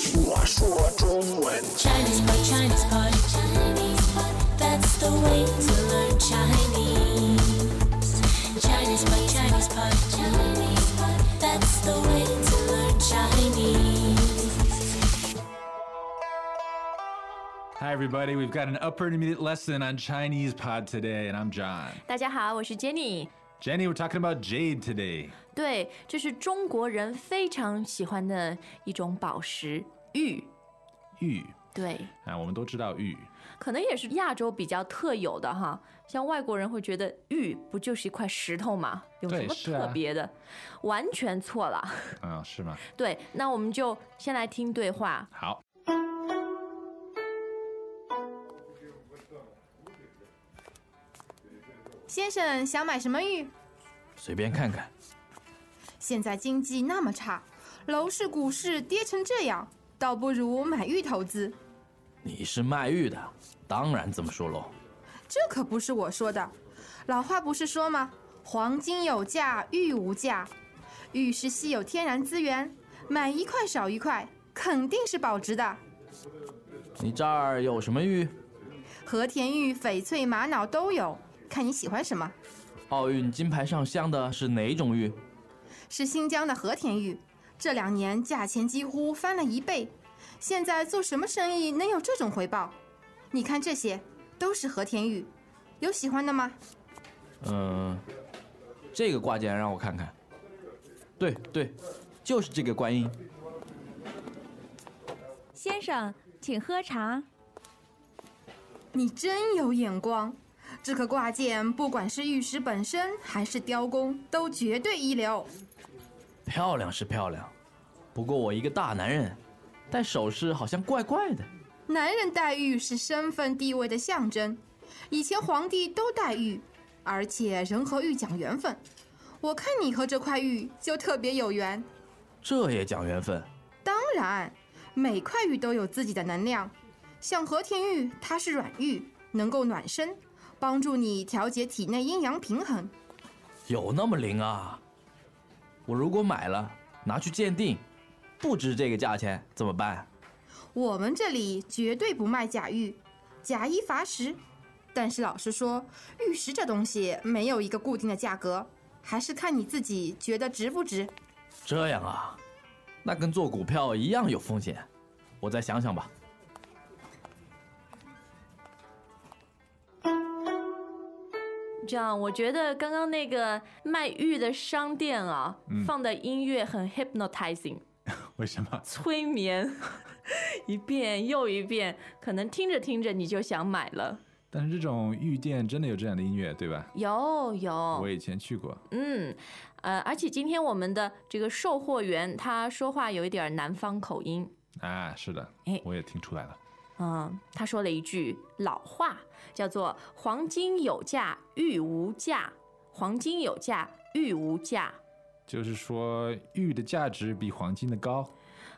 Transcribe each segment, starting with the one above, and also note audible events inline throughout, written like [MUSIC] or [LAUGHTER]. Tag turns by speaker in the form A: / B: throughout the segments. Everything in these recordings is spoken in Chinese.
A: 说中文。
B: Chinese pot, Chinese pot, Chinese pot. That's the way to learn Chinese. Chinese pot, Chinese pot, Chinese pot. That's the way to learn Chinese.
C: Hi, everybody. We've got an upper intermediate lesson on Chinese pod today, and I'm John.
D: 大家好，我是 Jenny。
C: Jenny, we're talking about jade today.
D: 对，这是中国人非常喜欢的一种宝石玉。
C: 玉
D: 对，
C: 啊，我们都知道玉，
D: 可能也是亚洲比较特有的哈。像外国人会觉得玉不就是一块石头吗？有什
C: 对
D: 么
C: 是啊
D: 特别的？完全错了。 [LAUGHS]
C: 嗯，是吗？
D: 对，那我们就先来听对话。
C: 好，
E: 先生想买什么玉？
F: 随便看看。
E: 现在经济那么差，楼市、股市跌成这样，倒不如买玉投资。
F: 你是卖玉的，当然这么说喽。
E: 这可不是我说的，老话不是说吗？黄金有价，玉无价。玉是稀有天然资源，买一块少一块，肯定是保值的。
F: 你这儿有什么玉？
E: 和田玉、翡翠、玛瑙都有，看你喜欢什么。
F: 奥运金牌上香的是哪种玉？
E: 是新疆的和田玉，这两年价钱几乎翻了一倍。现在做什么生意能有这种回报？你看这些都是和田玉，有喜欢的吗？
F: 嗯，这个挂件让我看看。对对，就是这个观音。
G: 先生，请喝茶。
E: 你真有眼光，这颗挂件不管是玉石本身还是雕工，都绝对一流。
F: 漂亮是漂亮，不过我一个大男人，戴首饰好像怪怪的。
E: 男人戴玉是身份地位的象征，以前皇帝都戴玉，而且人和玉讲缘分。我看你和这块玉就特别有缘。
F: 这也讲缘分。
E: 当然，每块玉都有自己的能量，像和田玉，它是软玉，能够暖身，帮助你调节体内阴阳平衡。
F: 有那么灵啊？我如果买了，拿去鉴定，不值这个价钱怎么办？
E: 我们这里绝对不卖假玉，假一罚十。但是老实说，玉石这东西没有一个固定的价格，还是看你自己觉得值不值。
F: 这样啊，那跟做股票一样有风险，我再想想吧。
D: 这样，我觉得刚刚那个卖玉的商店啊，
C: 嗯
D: 放的音乐很 hypnotizing。
C: 为什么？
D: 催眠， [LAUGHS] 一遍又一遍，可能听着听着你就想买了。
C: 但是这种玉店真的有这样的音乐，对吧？
D: 有有
C: 我，以前去过，
D: 嗯，呃，而且今天我们的这个售货员他说话有一点儿南方口音，
C: 啊，是的
D: 哎，
C: 我也听出来了。
D: 嗯，他说了一句老话，叫做“黄金有价，玉无价”，黄金有价，玉无价。
C: 就是说，玉的价值比黄金的高。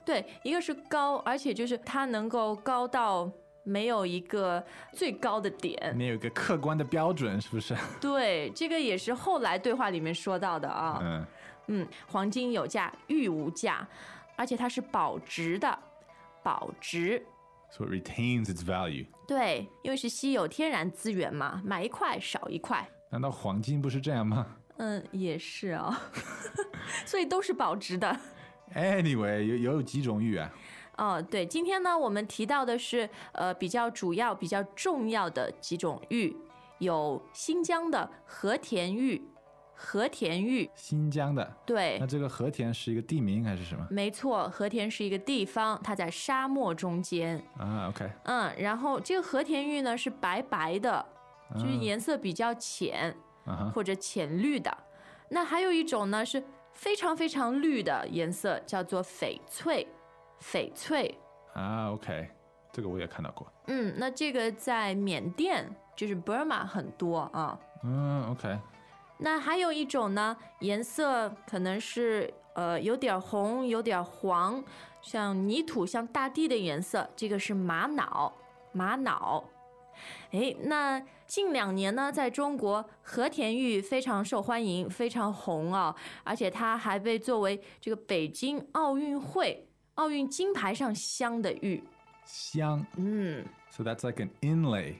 D: 对，一个是高，而且就是它能够高到没有一个最高的点，
C: 你有一个客观的标准，是不是？
D: 对，这个也是后来对话里面说到的啊。
C: 嗯，
D: 嗯，黄金有价，玉无价，而且它是保值的，保值。
C: so it retains its value。
D: 对，因为是稀有天然资源嘛，买一块少一块。
C: 难道黄金不是这样吗
D: 嗯，也是哦， [LAUGHS] 所以都是保值的。
C: ？Anyway，有有几种玉啊？
D: 哦，对，今天呢，我们提到的是呃比较主要、比较重要的几种玉，有新疆的和田玉，和田玉，
C: 新疆的，
D: 对
C: 那，这个和田是一个地名还是什么
D: 没错，和田是一个地方，它在沙漠中间。
C: 啊？OK，
D: 嗯，然后这个和田玉呢是白白的，就是
C: 嗯
D: 颜色比较浅、
C: 啊哈，
D: 或者浅绿的。那还有一种呢是非常非常绿的颜色，叫做翡翠。翡翠，
C: 啊，OK，这个我也看到过。
D: 嗯，那这个在缅甸就是 Burma 很多啊。
C: 嗯，OK，
D: 那还有一种呢，颜色可能是呃有点红，有点黄，像泥土、像大地的颜色，这个是玛瑙，玛瑙。哎，那近两年呢，在中国和田玉非常受欢迎，非常红啊、而且它还被作为这个北京奥运会奥运金牌上镶的玉。
C: 香。
D: 嗯，
C: So that's like an inlay，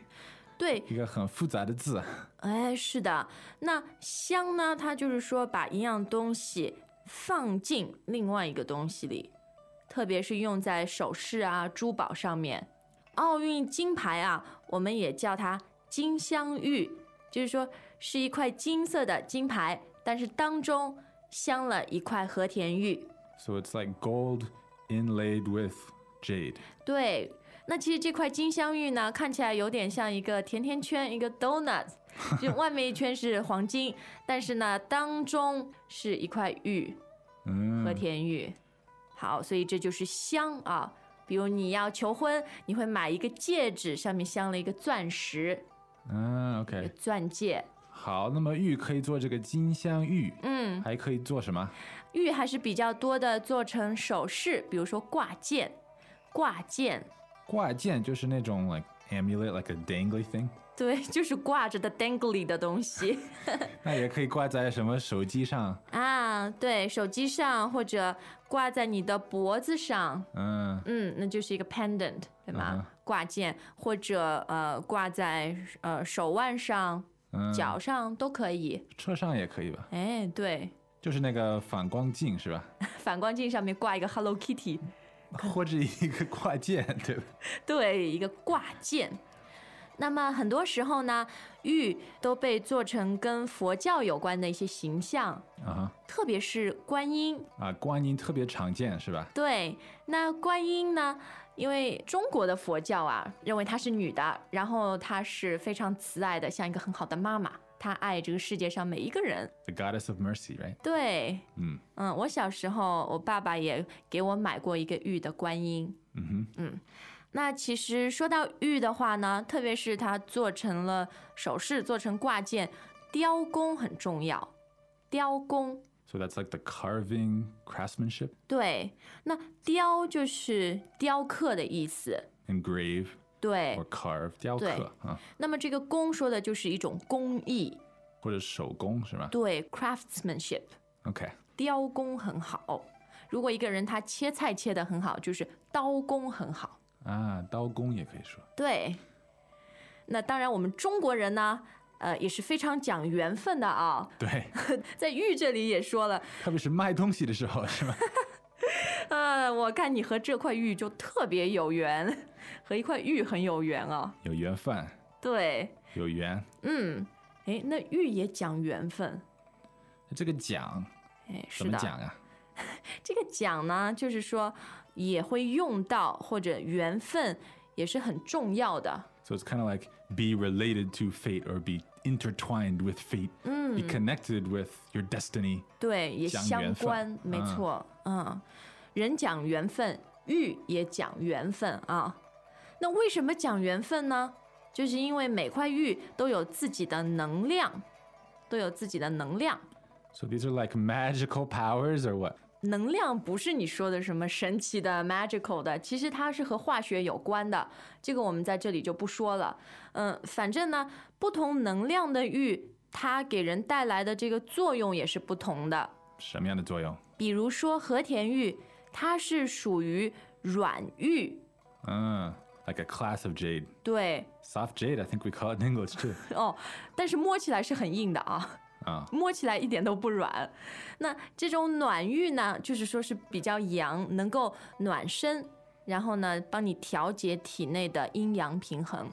D: 对，
C: 一个很复杂的字。
D: 哎，是的，那香呢？它就是说把一样东西放进另外一个东西里，特别是用在首饰啊、珠宝上面。奥运金牌啊，我们也叫它金镶玉，就是说是一块金色的金牌，但是当中镶了一块和田玉。
C: So it's like gold inlaid with jade.
D: 对，那其实这块金镶玉呢，看起来有点像一个甜甜圈，一个 donut，就外面一圈是黄金，但是呢，当中是一块玉，
C: 嗯
D: 和田玉。好，所以这就是镶啊。比如你要求婚，你会买一个戒指，上面镶了一个钻石，
C: 嗯
D: 一个
C: ，OK，
D: 钻戒。
C: 好，那么玉可以做这个金镶玉，
D: 嗯，
C: 还可以做什么？
D: 玉还是比较多的，做成首饰，比如说挂件，挂件。
C: 挂件就是那种 like amulet like a dangly thing，
D: 对， [LAUGHS] 就是挂着的 dangly 的东西。
C: 那也可以挂在什么手机上，
D: 啊，对，手机上或者挂在你的脖子上，
C: 嗯，
D: 嗯，那就是一个 pendant，对吗
C: 嗯哼
D: 挂件或者呃挂在呃手腕上、
C: 嗯
D: 脚上都可以。
C: 车上也可以吧？
D: 哎，对，
C: 就是那个反光镜是吧？
D: 反光镜上面挂一个 Hello Kitty， [LAUGHS]
C: [LAUGHS] 或者一个挂件，对吧？
D: 对，一个挂件。那么很多时候呢，玉都被做成跟佛教有关的一些形象，
C: 啊哈
D: 特别是观音，
C: 啊，观音特别常见是吧？
D: 对，那观音呢？因为中国的佛教啊，认为她是女的，然后她是非常慈爱的，像一个很好的妈妈，她爱这个世界上每一个人。
C: The goddess of mercy, right？
D: 对，
C: 嗯
D: 嗯，我小时候，我爸爸也给我买过一个玉的观音。
C: 嗯哼，
D: 那其实说到玉的话呢，特别是它做成了首饰，做成挂件，雕工很重要。雕工，
C: So that's like the carving craftsmanship,
D: 对，那雕就是雕刻的意思，
C: engrave
D: 对
C: or carve 雕
D: 对
C: 刻啊，
D: 那么这个工说的就是一种工艺，
C: 或者手工是吧
D: 对 craftsmanship，
C: ？OK， [LAUGHS]
D: 雕工很好。如果一个人他切菜切得很好，就是刀工很好。
C: 啊，刀工也可以说，
D: 对，那当然我们中国人呢，呃，也是非常讲缘分的啊、
C: 对，
D: 在玉这里也说了，
C: 特别是卖东西的时候是吧？
D: 呃，我看你和这块玉就特别有缘，和一块玉很有缘啊、
C: 有缘分，
D: 对，
C: 有缘。
D: 嗯，诶，那玉也讲缘分，
C: 这个讲
D: 诶，是
C: 怎
D: 的。
C: 么讲啊？
D: 这个讲呢，就是说也会用到，或者缘分也是很重要的。
C: So it's kind of like be related to fate or be intertwined with fate, be connected with your destiny.
D: 对，也
C: 讲
D: 相
C: 缘分
D: 关，没
C: 嗯
D: 错，嗯，人讲缘分，玉也讲缘分啊。那为什么讲缘分呢？就是因为每块玉都有自己的能量，都有自己的能量。
C: So these are like magical powers or what?
D: 能量不是你说的什么神奇的、magical 的，其实它是和化学有关的，这个我们在这里就不说了。嗯，反正呢，不同能量的玉，它给人带来的这个作用也是不同的。
C: 什么样的作用？
D: 比如说和田玉，它是属于软玉，
C: 嗯、like Ah, a class of jade,
D: 对
C: soft jade. I think we call it in English too. Oh,
D: 哦，但是摸起来是很硬的啊。
C: 啊、
D: 摸起来一点都不软。那这种暖玉呢，就是说是比较阳，能够暖身，然后呢，帮你调节体内的阴阳平衡。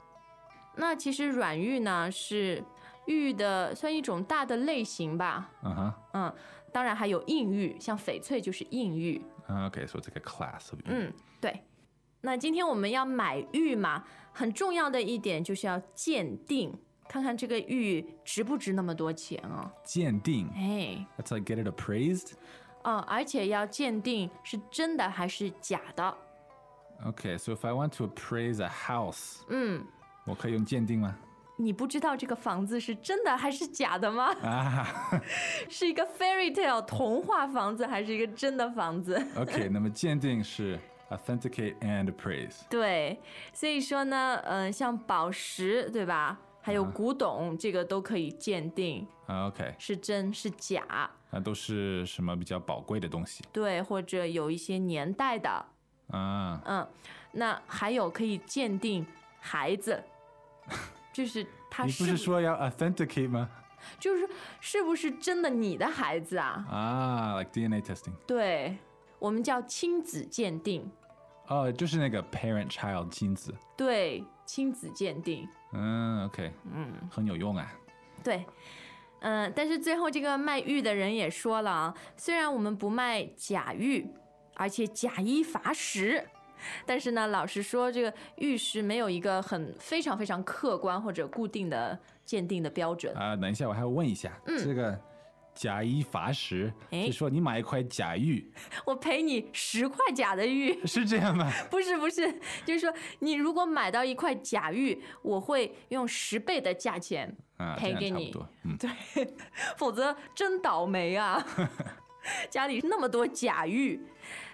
D: 那其实软玉呢是玉的算一种大的类型吧，
C: 嗯哼。
D: 嗯，当然还有硬玉，像翡翠就是硬玉，
C: Uh, okay, so it's like a class of.
D: 嗯，对。那今天我们要买玉嘛，很重要的一点就是要鉴定，看看这个玉值不值那么多钱啊、
C: 鉴定.
D: 哎，
C: That's like get it appraised.
D: 嗯，而且要鉴定是真的还是假的。
C: Okay, so if I want to appraise a house,
D: 嗯，
C: 我可以用鉴定吗？
D: 你不知道这个房子是真的还是假的吗？ [LAUGHS]
C: 啊
D: 是一个 fairy tale 童话房子还是一个真的房子？ [LAUGHS]
C: ，OK，那么鉴定是 authenticate and appraise。
D: 对，所以说呢，嗯、像宝石对吧？还
C: 嗯
D: 有古董，这个都可以鉴定
C: 啊，OK，
D: 是真是假，
C: 那都是什么比较宝贵的东西？
D: 对，或者有一些年代的，
C: 啊，
D: 嗯，那还有可以鉴定孩子， [LAUGHS] 就是他
C: 你
D: 是
C: 不是说要 authenticate 吗？
D: 就是是不是真的你的孩子啊？
C: 啊，like DNA testing。
D: 对，我们叫亲子鉴定，
C: 哦，就是那个 parent child 亲子。
D: 对，亲子鉴定，
C: 嗯，OK，
D: 嗯。
C: 很有用啊。
D: 对，嗯，但是最后这个卖玉的人也说了啊，虽然我们不卖假玉，而且假一罚十，但是呢，老实说，这个玉石没有一个很非常非常客观或者固定的鉴定的标准。
C: 啊、等一下，我还要问一下，这个假一罚十，
D: 嗯哎
C: 就说你买一块假玉，
D: 我赔你十块假的玉，
C: 是这样
D: [LAUGHS]
C: 吗？
D: 不是不是，就是说你如果买到一块假玉，我会用十倍的价钱
C: 啊，
D: 赔
C: 这样
D: 给
C: 差
D: 你
C: 不多。嗯，
D: 否则真倒霉啊！家里那么多假玉，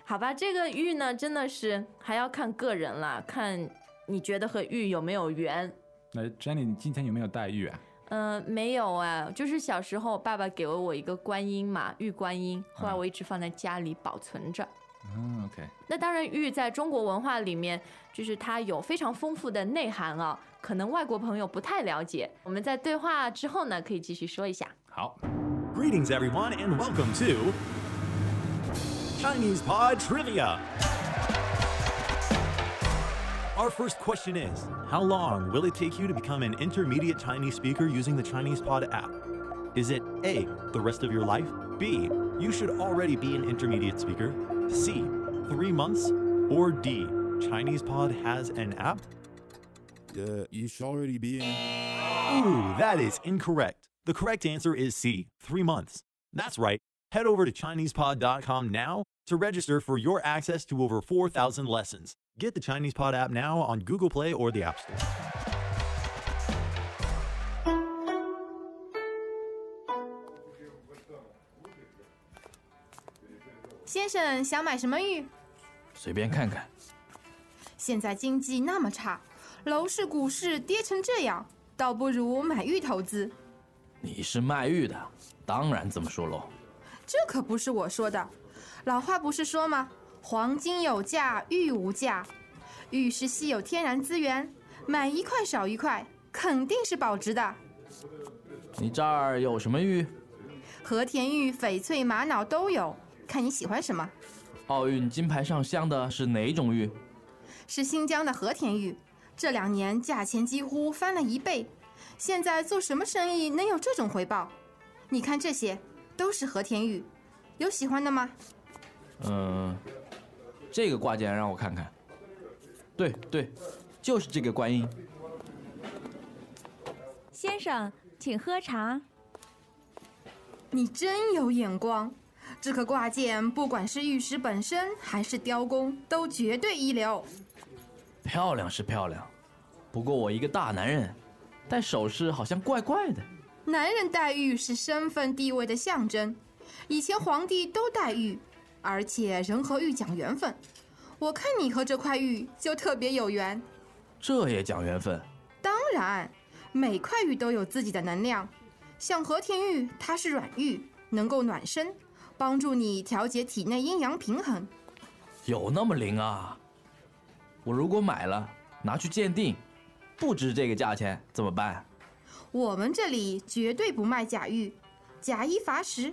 D: 好吧，这个玉呢，真的是还要看个人啦，看你觉得和玉有没有缘。
C: 那 Jenny，你今天有没有带玉啊？
D: 嗯、没有哎，就是小时候爸爸给了我一个观音嘛，玉观音，后来我一直放在家里保存着。
C: 嗯，OK，
D: 那当然，玉在中国文化里面，就是它有非常丰富的内涵啊，可能外国朋友不太了解。我们在对话之后呢，可以继续说一下。
C: 好，
A: Greetings, everyone, and welcome to Chinese Pod Trivia. Our first question is How long will it take you to become an intermediate Chinese speaker using the Chinese Pod app? Is it A, the rest of your life? B, you should already be an intermediate speaker? C, three months? Or D, Chinese Pod has an app?
H: Uh, you should already be in.
A: Ooh, that is incorrect. The correct answer is C, three months. That's right. Head over to ChinesePod.com now to register for your access to over 4,000 lessons. Get the Chinese Pod app now on Google Play or the App Store.
E: 先生想买什么玉？
F: 随便看看。
E: 现在经济那么差，楼市、股市跌成这样，倒不如买玉投资。
F: 你是卖玉的，当然这么说喽。
E: 这可不是我说的。老话不是说吗？黄金有价，玉无价。玉是稀有天然资源，买一块少一块，肯定是保值的。
F: 你这儿有什么玉？
E: 和田玉、翡翠、玛瑙都有，看你喜欢什么。
F: 奥运金牌上镶的是哪种玉？
E: 是新疆的和田玉，这两年价钱几乎翻了一倍。现在做什么生意能有这种回报？你看这些，都是和田玉，有喜欢的吗？
F: 嗯，这个挂件让我看看。对对，就是这个观音。
G: 先生，请喝茶。
E: 你真有眼光，这颗挂件不管是玉石本身还是雕工，都绝对一流。
F: 漂亮是漂亮，不过我一个大男人，戴首饰好像怪怪的。
E: 男人戴玉是身份地位的象征，以前皇帝都戴玉，而且人和玉讲缘分。我看你和这块玉就特别有缘。
F: 这也讲缘分。
E: 当然，每块玉都有自己的能量，像和田玉，它是软玉，能够暖身，帮助你调节体内阴阳平衡。
F: 有那么灵啊？我如果买了，拿去鉴定，不值这个价钱怎么办？
E: 我们这里绝对不卖假玉，假一罚十。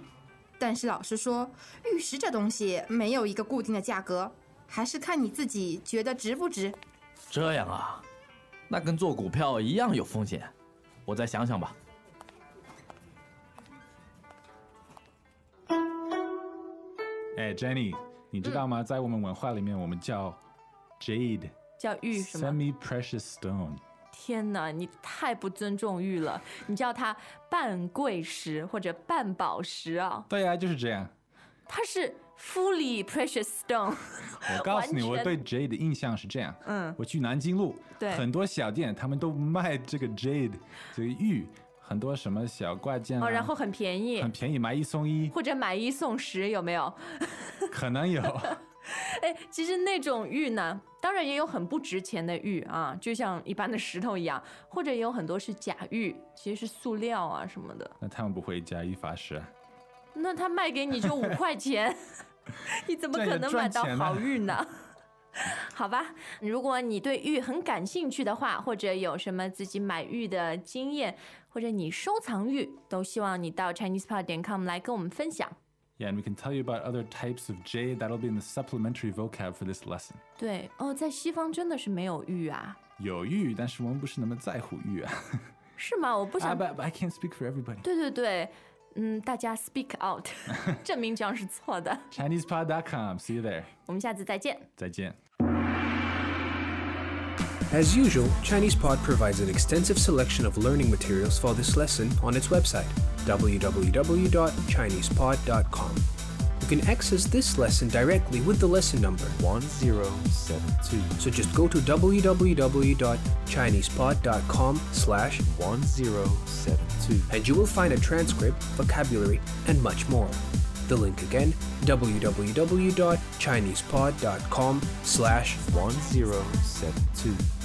E: 但是老实说，玉石这东西没有一个固定的价格，还是看你自己觉得值不值。
F: 这样啊，那跟做股票一样有风险，我再想想吧。
C: 哎，Jenny，你知道
D: 嗯
C: 吗？在我们文化里面，我们叫 jade
D: 叫玉什么？
C: semi precious stone。
D: 天哪，你太不尊重玉了！你叫它半贵石或者半宝石啊，
C: 对呀、就是这样。
D: 它是 fully precious stone。
C: 我告诉你，
D: 完
C: 我
D: 全
C: 对 jade 的印象是这样。
D: 嗯
C: 我去南京路，
D: [LAUGHS] 对
C: 很多小店他们都卖这个 jade 这个玉，很多什么小挂件、啊，
D: 哦，然后很便宜
C: 很，便宜，买一送一， [LAUGHS]
D: 或者买一送十，有没有？
C: 可能有。 [LAUGHS]
D: 哎，其实那种玉呢，当然也有很不值钱的玉啊，就像一般的石头一样，或者也有很多是假玉，其实是塑料啊什么的。
C: 那他们不会加一罚十啊？ [LAUGHS]
D: 那他卖给你就五块钱，你怎么
C: 这
D: 可
C: 也
D: 能买
C: 赚钱呢啊
D: 到
C: [LAUGHS]
D: 好玉呢？好吧，如果你对玉很感兴趣的话，或者有什么自己买玉的经验，或者你收藏玉，都希望你到 ChinesePod 点 com 来跟我们分享。
C: Yeah, and we can tell you about other types of jade. That'll be in the supplementary vocab for this lesson.
D: 对哦，在西方真的是没有玉啊，
C: 有玉，但是我们不是那么在乎玉啊。 [LAUGHS]
D: 是吗？我不
C: I,
D: 想。
C: but, but I can't speak for everybody.
D: 对对对，嗯，大家 speak out，证 [LAUGHS] 明这样是错的。
C: ChinesePod.com. See you there.
D: 我们下次再见。
C: 再见.
I: As usual, ChinesePod provides an extensive selection of learning materials for this lesson on its website, www.chinesepod.com. You can access this lesson directly with the lesson number
J: 1072
I: So just go to www.chinesepod.com slash
J: 1072
I: and you will find a transcript, vocabulary, and much more. The link again, www.chinesepod.com slash
J: 1072